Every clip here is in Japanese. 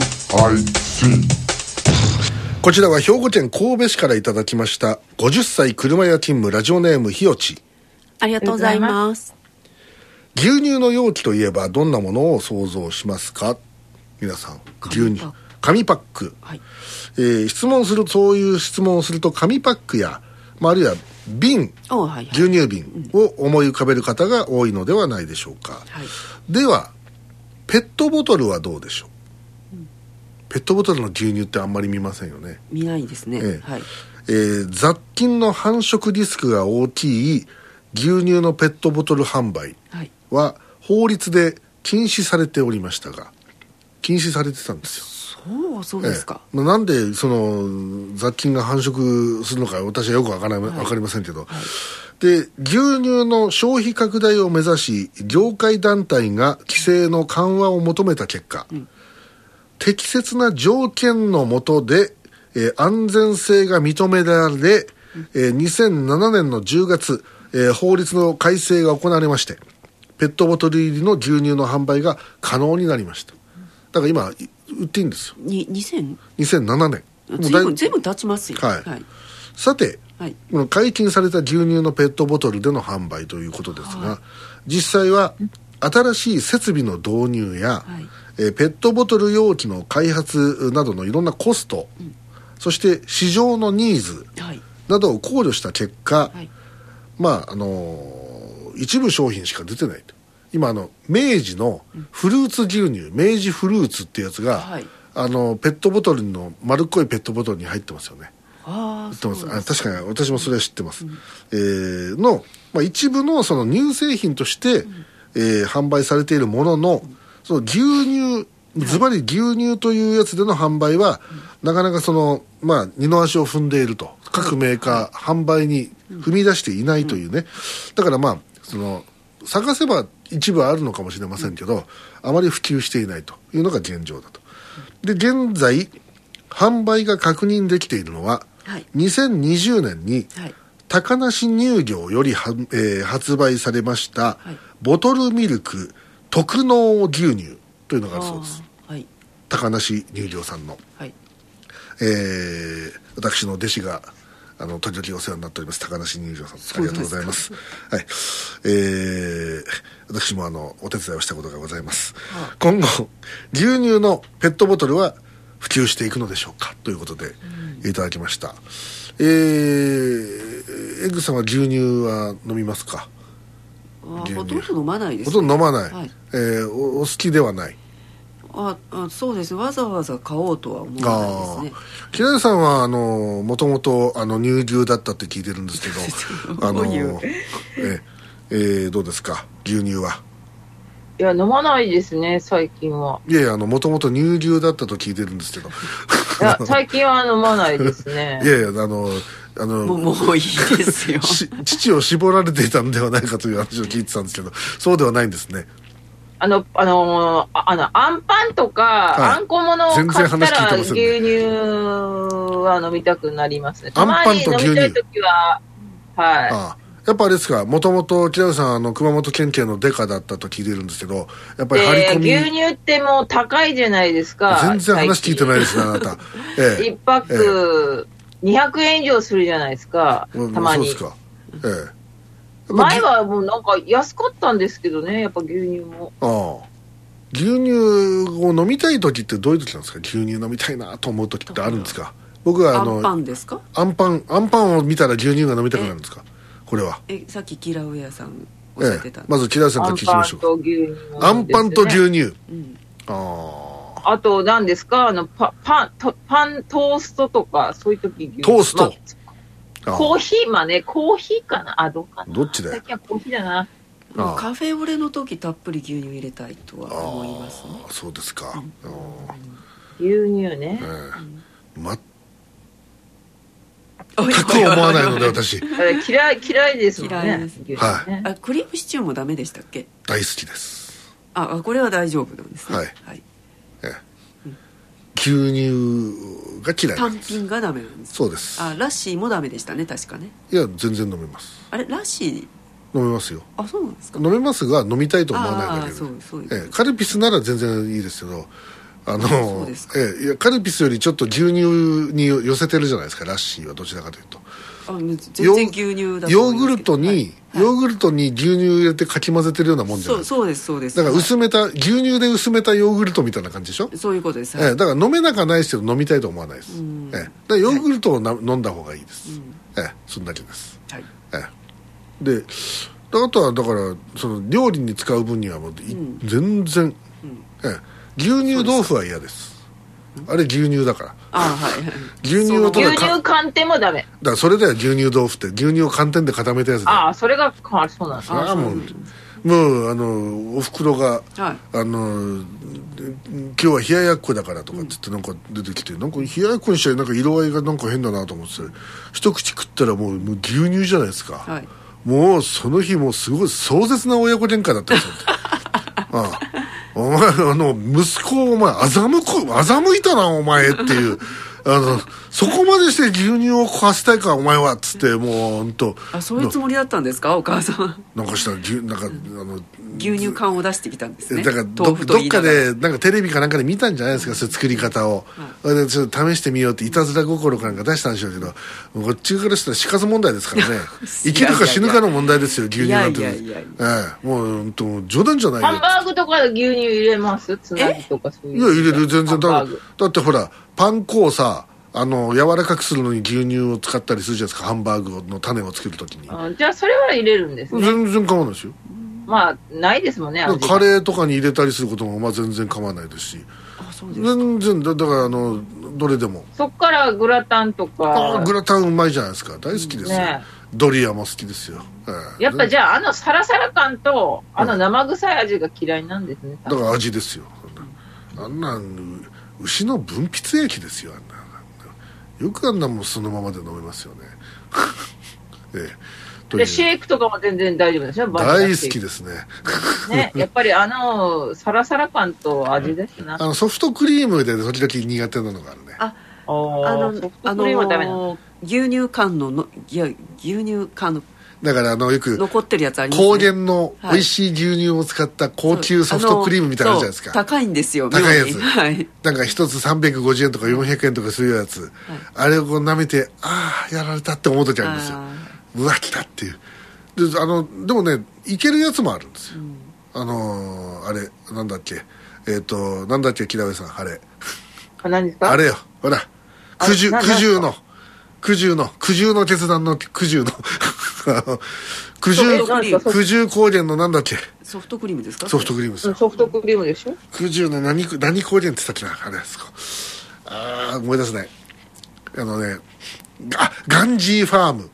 QIC こちらは兵庫県神戸市からいただきました50歳車屋勤務ラジオネームひよちありがとうございます。牛乳の容器といえばどんなものを想像しますか皆さん牛乳紙パック、はいえー質問するそういう質問をすると紙パックや、まあ、あるいは瓶おはいはい牛乳瓶を思い浮かべる方が多いのではないでしょうか、はいではペットボトルはどうでしょう、ペットボトルの牛乳ってあんまり見ませんよね、見ないですね。ええはい。えー雑菌の繁殖リスクが大きい牛乳のペットボトル販売はい。は法律で禁止されておりましたが禁止されてたんですよそうそうですか。ええまあなんでその雑菌が繁殖するのか私はよくわからない、わかりませんけど、で牛乳の消費拡大を目指し業界団体が規制の緩和を求めた結果、適切な条件のもとで、えー安全性が認められ、えー2007年の10月、えー法律の改正が行われましてペットボトル入りの牛乳の販売が可能になりましただから今い売っていいんですよに二千2007年ずいだいぶんずいぶん経ちますよ。はいはい。さてはいこの解禁された牛乳のペットボトルでの販売ということですが、実際は新しい設備の導入や、はいえーペットボトル容器の開発などのいろんなコスト、そして市場のニーズはいなどを考慮した結果、はいまああのー一部商品しか出てないと今あの明治のフルーツ牛乳、明治フルーツってやつが、はいあのペットボトルの丸っこいペットボトルに入ってますよねああ知ってそうまですすあ確かに私もそれは知ってます、えーの、まあ、一部のその乳製品として、えー販売されているもののその牛乳ズバリ牛乳というやつでの販売は、なかなかその、まあ、二の足を踏んでいると各メーカー、販売に踏み出していないというね、だからまあその探せば一部あるのかもしれませんけど、あまり普及していないというのが現状だと。で現在販売が確認できているのは、はい2020年にはい高梨乳業よりは、えー発売されました、はいボトルミルク特納牛乳というのがあるそうですあーはい高梨乳業さんの、はいえー私の弟子があの時々お世話になっております高梨乳業さんあうりながんとうでごすかざいますはいえー私もあのお手伝いをしたことがございます今後牛乳のペットボトルは普及していくのでしょうかということで、いただきましたえー、エッグさんは牛乳は飲みますかあー牛乳ほとんど飲まないです、ね。ほとんど飲まない、はいえーおお好きではないああそうですねわざわざ買おうとは思わあないあですね木南さんはあのもともとあの乳牛だったって聞いてるん ですけどあのどういうええーどうですか牛乳はいや、飲まないですね、最近は。いやいやもともと乳牛だったと聞いてるんですけどい や、最近は飲まないですねい。やいやあのあものうもういいです よし父を絞られていたんではないかという話を聞いてたんですけどそうではないんですねあの、あのーああの、あんパンとか、はいあんこものを買全然った話聞いてら、ま牛せん乳ねは飲みたくなりますね。あたんまパンにと飲牛乳みたいときは、はああやっぱあれですかもともと木南さんあの熊本県警のデカだったと聞いてるんですけどやっい。ぱり張りで込、み牛乳ってもう高いじゃないですか。。全然話聞いてないいですねあなた、ええ一泊、200円以上するじゃないですか、うんたまに。そうですか。ええ。前やっはもうなんか安かったんですけどね、やっぱ牛乳も。ぱぎああ牛乳を飲みたい時ってどういう時なんですか牛乳飲みたいなと思う時ってあるんですか僕はあアのンパンですかあんパンあんパンを見たら牛乳が飲みたくなるんですかこれはえさっきキラウエアさんおっしゃえってえた、まず木田さんから聞あんきパまンしょと牛乳、うあんパンと乳。牛乳うんあああと何ですかあのパパンとパントーストとかそういう時牛乳トーストまあああコーヒーまあねコーヒーかなあどうかなどっちだよ最近はコーヒーだなああカフェオレの時たっぷり牛乳入れたいとは思いますねああそうですかああ牛乳ねええま全全く思わないので 私あれ嫌い嫌いですもんね嫌いです牛乳ね、はあクリームシチューもダメでしたっけ大好きですああこれは大丈夫なんですねはい牛乳が嫌いな単んです品がダメなんですそうですあラッシーもダメでしたね確かねいや全然飲めますあれラッシー飲めますよあそうなんですか飲めますが飲みたいと思わないあだあけでそうそういうことええカルピスなら全然いいですけどあのうです、ええ、いやカルピスよりちょっと牛乳に寄せてるじゃないですかラッシーはどちらかというとあ全然牛乳だとヨ思ーグいますけどルトに、はいヨーグルトに牛乳入れてかき混ぜてるようなもんじゃそないうですかそうですそうですだから薄めた、牛乳で薄めたヨーグルトみたいな感じでしょ、はいそういうことです、えはいえだから飲めなくはないですけど飲みたいと思わないです、ええだからヨーグルトをな、飲んだ方がいいです、ええそんだけですはいええであとはだからその料理に使う分にはもうい、全然、ええ牛乳豆腐は嫌ですあれ牛乳だからあはい牛乳をただ牛か乳寒天もダメ。だからそれでは牛乳豆腐って牛乳を寒天で固めたやつだああ、それが、あそうなんですそれはもうもうあのおふくろが、はいあの今日は冷ややっこだからとかって言ってなんか出てきて、なんか冷ややっこにしたらなんか色合いがなんか変だなと思ってて一口食ったらもうもう牛乳じゃないですか、はいもうその日もうすごい壮絶な親子喧嘩だったんですよああお前あの息子をお前欺く欺いたなお前っていうあのそこまでして牛乳を食わせたいかお前はっつってもう本当あそういうつもりだったんですかお母さんなんかしたら牛なんかあの牛乳缶を出してきたんですねだからど豆腐とどっ言いなかがらでなんかテレビかなんかで見たんじゃないですかそういう作り方を、でちょっと試してみようっていたずら心かなんか出したんでしょうけどこっちからしたら死活問題です からね生きるか死ぬかの問題ですよ牛乳なんていやいやいやいええもう本当冗談じゃないよハンバーグとかで牛乳入れますつなぎとかそういう。いや入れる全然ハだンバーグだってほらパン粉をさあの柔らかくするのに牛乳を使ったりするじゃないですかハンバーグの種を作るときにあじゃあ、それは入れるんですね。全然構わないですよまあ、ないですもんね、だ味からがカレーとかに入れたりすることもまあ全然構わないですしあそうです全然だだからあのどれでもそっからグラタンとああか。グラタンうまいじゃないですか大好きですよ、ねドリアも好きですよ、ええやっぱじゃあ、あのサラサラ感と、あの生臭い味が嫌いなんですね。だから味ですよあんなんう牛の分泌液ですよあんなよくあんなもんそのままで飲めますよね ええというで、シェイクとかも全然大丈夫ですよ、大好きでですねす。ね、やっぱりあの、サラサラ感と味ですな。あのソフトクリームで時々苦手なのがあるねあおあーのソフトクリームはダメなの。あの牛乳缶ののいや牛乳缶のだからあのよく残ってるやつあります、ね、高原の美味しい牛乳を使った高級ソフトクリームみたいなのあるじゃないですそうか高いんですよ高いやつ妙にはいなんか一つ350円とか400円とかするやつ、あれをこう舐めてああやられたって思う時あるんですよあうわ来たっていうであのでもねいけるやつもあるんですよ、あのーあれなんだっけえっ、となんだっけ木田部さんあれあ何ですかあれよほらあ九十な九十の九十の九十の決断の九十の あの九十ソフトクリーム九十高原のなんだっけソフトクリームですかソフトクリームですうよんソフトクリームでしょ九十の何区何高原って言ったっけなあれそこああ思い出せないあのねあガンジーファーム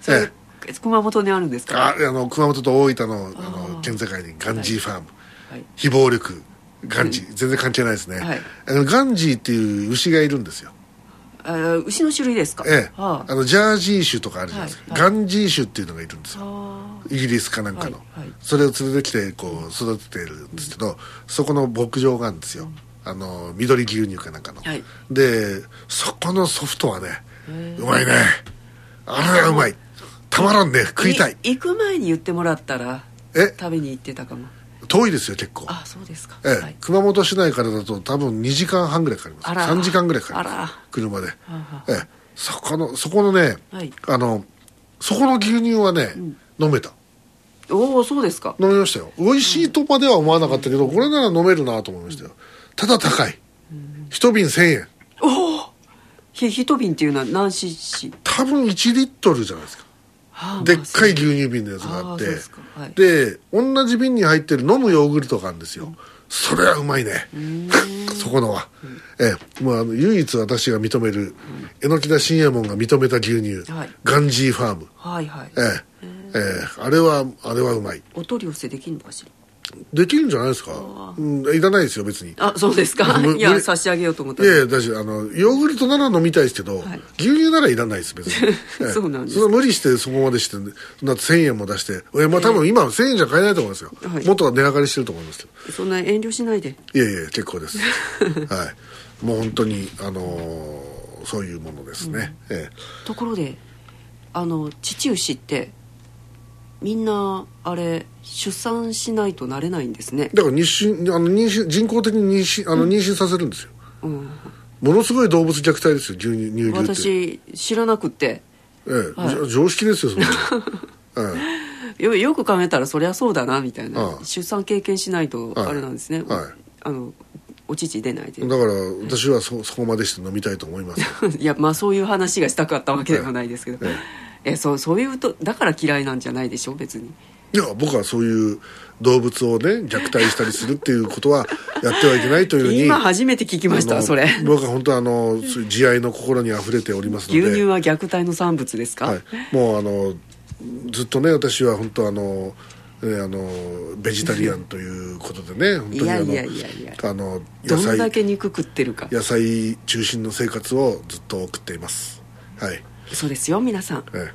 それ熊本にあるんですかああの熊本と大分のあの県境にガンジーファーム、はい非暴力ガンジー、全然関係ないですね、はいあのガンジーっていう牛がいるんですよあー牛の種類ですかええあはあのジャージー種とかあるじゃないですか、はいはガンジー種っていうのがいるんですよあイギリスかなんかの、はいはいそれを連れてきてこう育ててるんですけど、そこの牧場があるんですよ、あの緑牛乳かなんかの、はいでそこのソフトはねうまいねあれはうまいたまらんねー食いたい行く前に言ってもらったらえ食べに行ってたかも遠いですよ結構あそうですか、ええはい熊本市内からだと多分2時間半ぐらいかかりますあら3時間ぐらいかかりあまらす車で、はええ、そこのそこのね、はいあのそこの牛乳はね、飲めたおおそうですか飲みましたよ美味しいとまでは思わなかったけど、これなら飲めるなと思いましたよただ高い一瓶1000円ひひと瓶っていうのは何 cc 多分1リットルじゃないですかはあでっかいまあ牛乳瓶のやつがあってあーそうですかはいで同じ瓶に入ってる飲むヨーグルトがあるんですよ、それはうまいね そこのは、ええもうあの唯一私が認める榎木田信右衛門が認めた牛乳、はいガンジーファームそうはいはいええええあれはあれはうまいお取り寄せできるのかしできるんじゃないですか、うん、いらないですよ別にらあそうですかむ い無や理差し上げようと思ったいやいや、大丈夫。あの、ヨーグルトなら飲みたいですけど、い牛乳ならいらないです、別 に。ええそうなんですそれは無理してそこまでして、そんな1000円も出して、えまあ多分今は1000円じゃ買えないと思いますよ。はいもっと値上がりしてると思いますけど。そんな遠慮しないでいやいや、結構 です。はい。もう本当に、あのーそういうものですね。ええところであの父牛ってみんなあれ出産しないとなれないんですね、だから妊娠あの妊娠人工的に妊娠あの妊娠させるんですよ、うん、ものすごい動物虐待ですよ牛乳乳牛って、私知らなくってええじゃ常識ですよそんな のええよよく考えたらそりゃそうだなみたいな、ああ出産経験しないとはいあれなんですね、はいあのお乳出ないでだから私はそそこまでして飲みたいと思いますよ いやまあそういう話がしたかったわけではないですけど、ええそうそういうとだから嫌いなんじゃないでしょ別にいや僕はそういう動物をね虐待したりするっていうことはやってはいけないというふうに 今初めて聞きましあたのそれ僕は本当あのそういう慈愛の心にあふれておりますの牛で乳は虐待の産物ですか、はい、もうあのずっとね私は本当あの、えーあのベジタリアンということで ね本当にあのいやいやいやいやあのど野んだ菜け肉食ってるか野菜中心の生活をずっと送っていますはい、そうですよ皆さんえ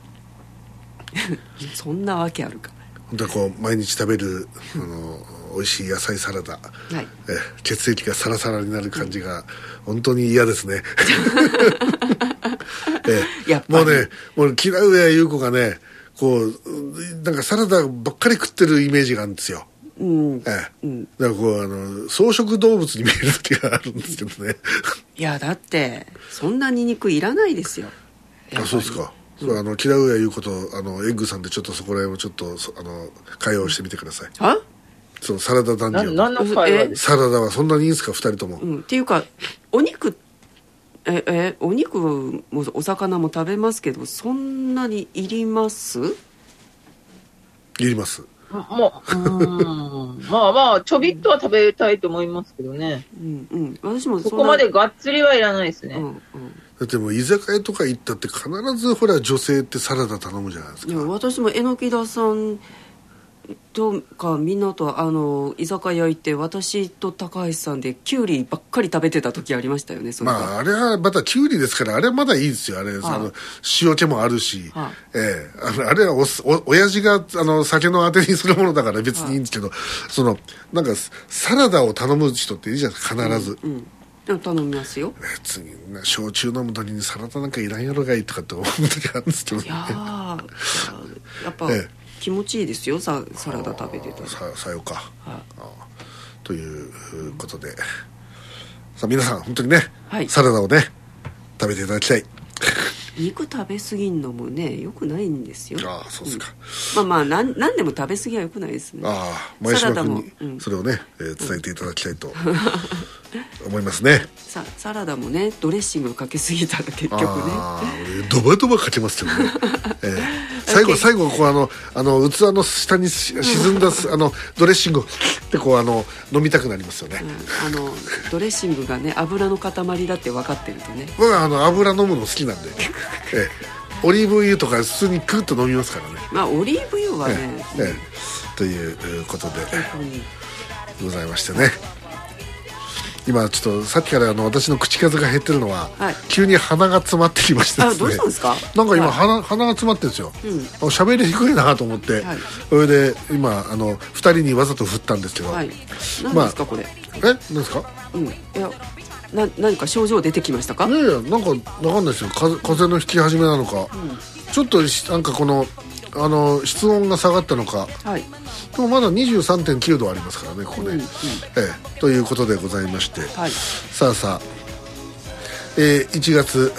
ーそんなわけあるか本当はこう毎日食べるあの美味しい野菜サラダ、はいえー血液がサラサラになる感じが本当に嫌ですね、 えーやっぱりもうねもう嫌う上優子がねこううんなんかサラダばっかり食ってるイメージがあるんですようんええうんだからこうあの草食動物に見える時があるんですけ どねいやだってそんなに肉いらないですよやっぱありそうですか、そうあの嫌うやいうことあのエッグさんでちょっとそこら辺をちょっとそあの会話をしてみてくださいあそのサラダ男な女何の会話ですサラダはそんなにいいんですか2人とも、うんっていうかお肉ええお肉もお魚も食べますけどそんなにいりますいりますかもう、うーん。まあまあ、ちょびっとは食べたいと思いますけどね。うんうん私もそんこなまでがっつりはいらないですうんね。うんだってもう居酒屋とか行ったって必ずほら女性ってサラダ頼むじゃないですいかや私も榎木田さんとかみんなとあの居酒屋行って私と高橋さんでキュウリばっかり食べてた時ありましたよねそれがまああれはまたキュウリですからあれはまだいいですよあれ、はいあの塩気もあるし、はいええあのあれはおすお親父があの酒のあてにするものだから別にいいんですけど、そのなんかサラダを頼む人っているじゃないですか必ず、うんでも頼みま すよ別にな焼酎飲む時にサラダなんかいらんやろがいいとかって思う時あるんですけどいやーやっぱええ気持ちいいですよさサラダ食べてたらささようか、はいあということでさあ皆さん本当にね、はいサラダをね食べていただきたい肉食べ過ぎんのもねよくないんですよああそうですか、まあまあなん何でも食べ過ぎはよくないですねああ前島君サラダもうにんそれをね、えー伝えていただきたいと思います ねさサラダもねドレッシングかけすぎたら結局ねああ俺ドバドバかけますけどね、え え最後最後こうあのあの器の下にし沈んだすあのドレッシングをってこうあの飲みたくなりますよね、うんあのドレッシングがね油の塊だって分かってるとね僕はあの油飲むの好きなんで、ええ、オリーブ油とか普通にクッと飲みますからね、まあオリーブ油はね、ええということで本当にございましてね今ちょっとさっきからあの私の口数が減ってるのは、はい急に鼻が詰まってきましてですねあどうしたんですかなんか今はい鼻,、鼻が詰まってるんですようんあ喋、りにくいなと思って、はいそれで今あの2人にわざと振ったんですけど、はい何まあですかこれ、えなんですかうんいやな何か症状出てきましたかいやいやなんかわかんないですよ風風邪の引き始めなのか、ちょっとしなんかこのあの室温が下がったのかはいでもまだ23.9度ありますからねここね、うんうんええということでございまして、はいさあさあ、えー1月、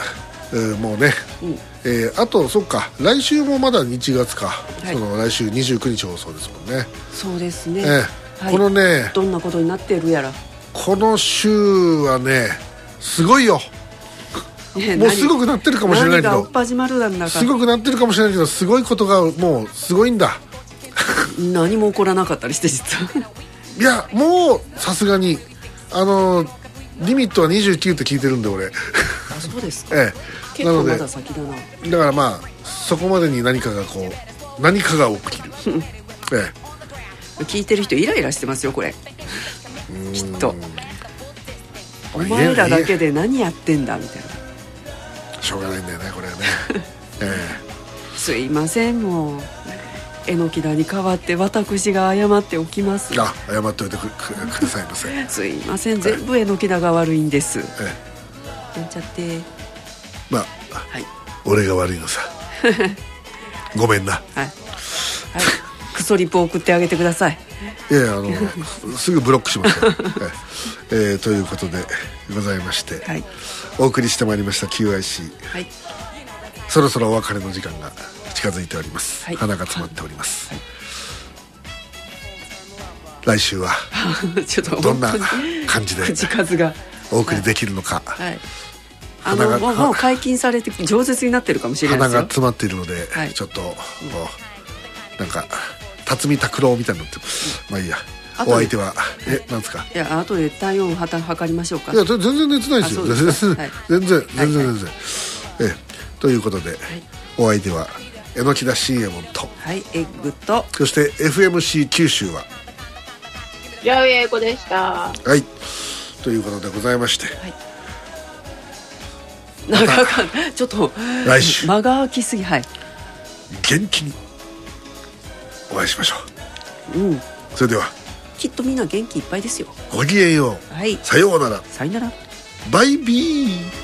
えーもうね、うんえーあとそっか来週もまだ1月か、いその来週29日放送ですもんね、そうですね、ええこのねどんなことになってるやら、この週はねすごいよねもうすごくなってるかもしれないけど何がおっぱじまるなんだかすごくなってるかもしれないけどすごいことがもうすごいんだ何も起こらなかったりして 実はいやもうさすがにあのリミットは29って聞いてるんで俺 あそうですかええ結な構のでまだ先だなだからまあそこまでに何かがこう何かが起きるえ聞いてる人イライラしてますよこれきっとおまあ前らだけで何やってんだみたいなえしょうがないんだよねこれはねえすいませんもう榎木田に代わって私が謝っておきますえあ謝っといてくくくださいま せ、えすいません全部榎木田が悪いんですえなんちゃってまあはい 俺が悪いのさごめんなはいクソリップ送ってあげてくださいいやいやあ のすぐブロックしますから、はいえーということでございまして、はいお送りしてまいりました QIC はい そろそろお別れの時間が近づいております、はい花が詰まっております、は来週はちょっとどんな本当に感じで口数がお送りできるのか、はいあ鼻がのもうもう解禁されて饒舌になってるかもしれない花ですがよ詰まっているので、はいちょっと、なんか辰巳拓郎みたいになってるまあいいやあとおで相手はえなんですかいや後で体温をはた測りましょうかいや全然熱ないですよ全あそう然です全かはい然全は然い全然ええということで、お相手は榎木田信右衛門とはいエッグとそして FMC 九州はやうやえこでした。はいということでございましてなんかちょっと来週間が空きすぎはい元気にお会いしましょうんうそれではきっとみんな元気いっぱいですよごきげんようはいさようならさよならバイビー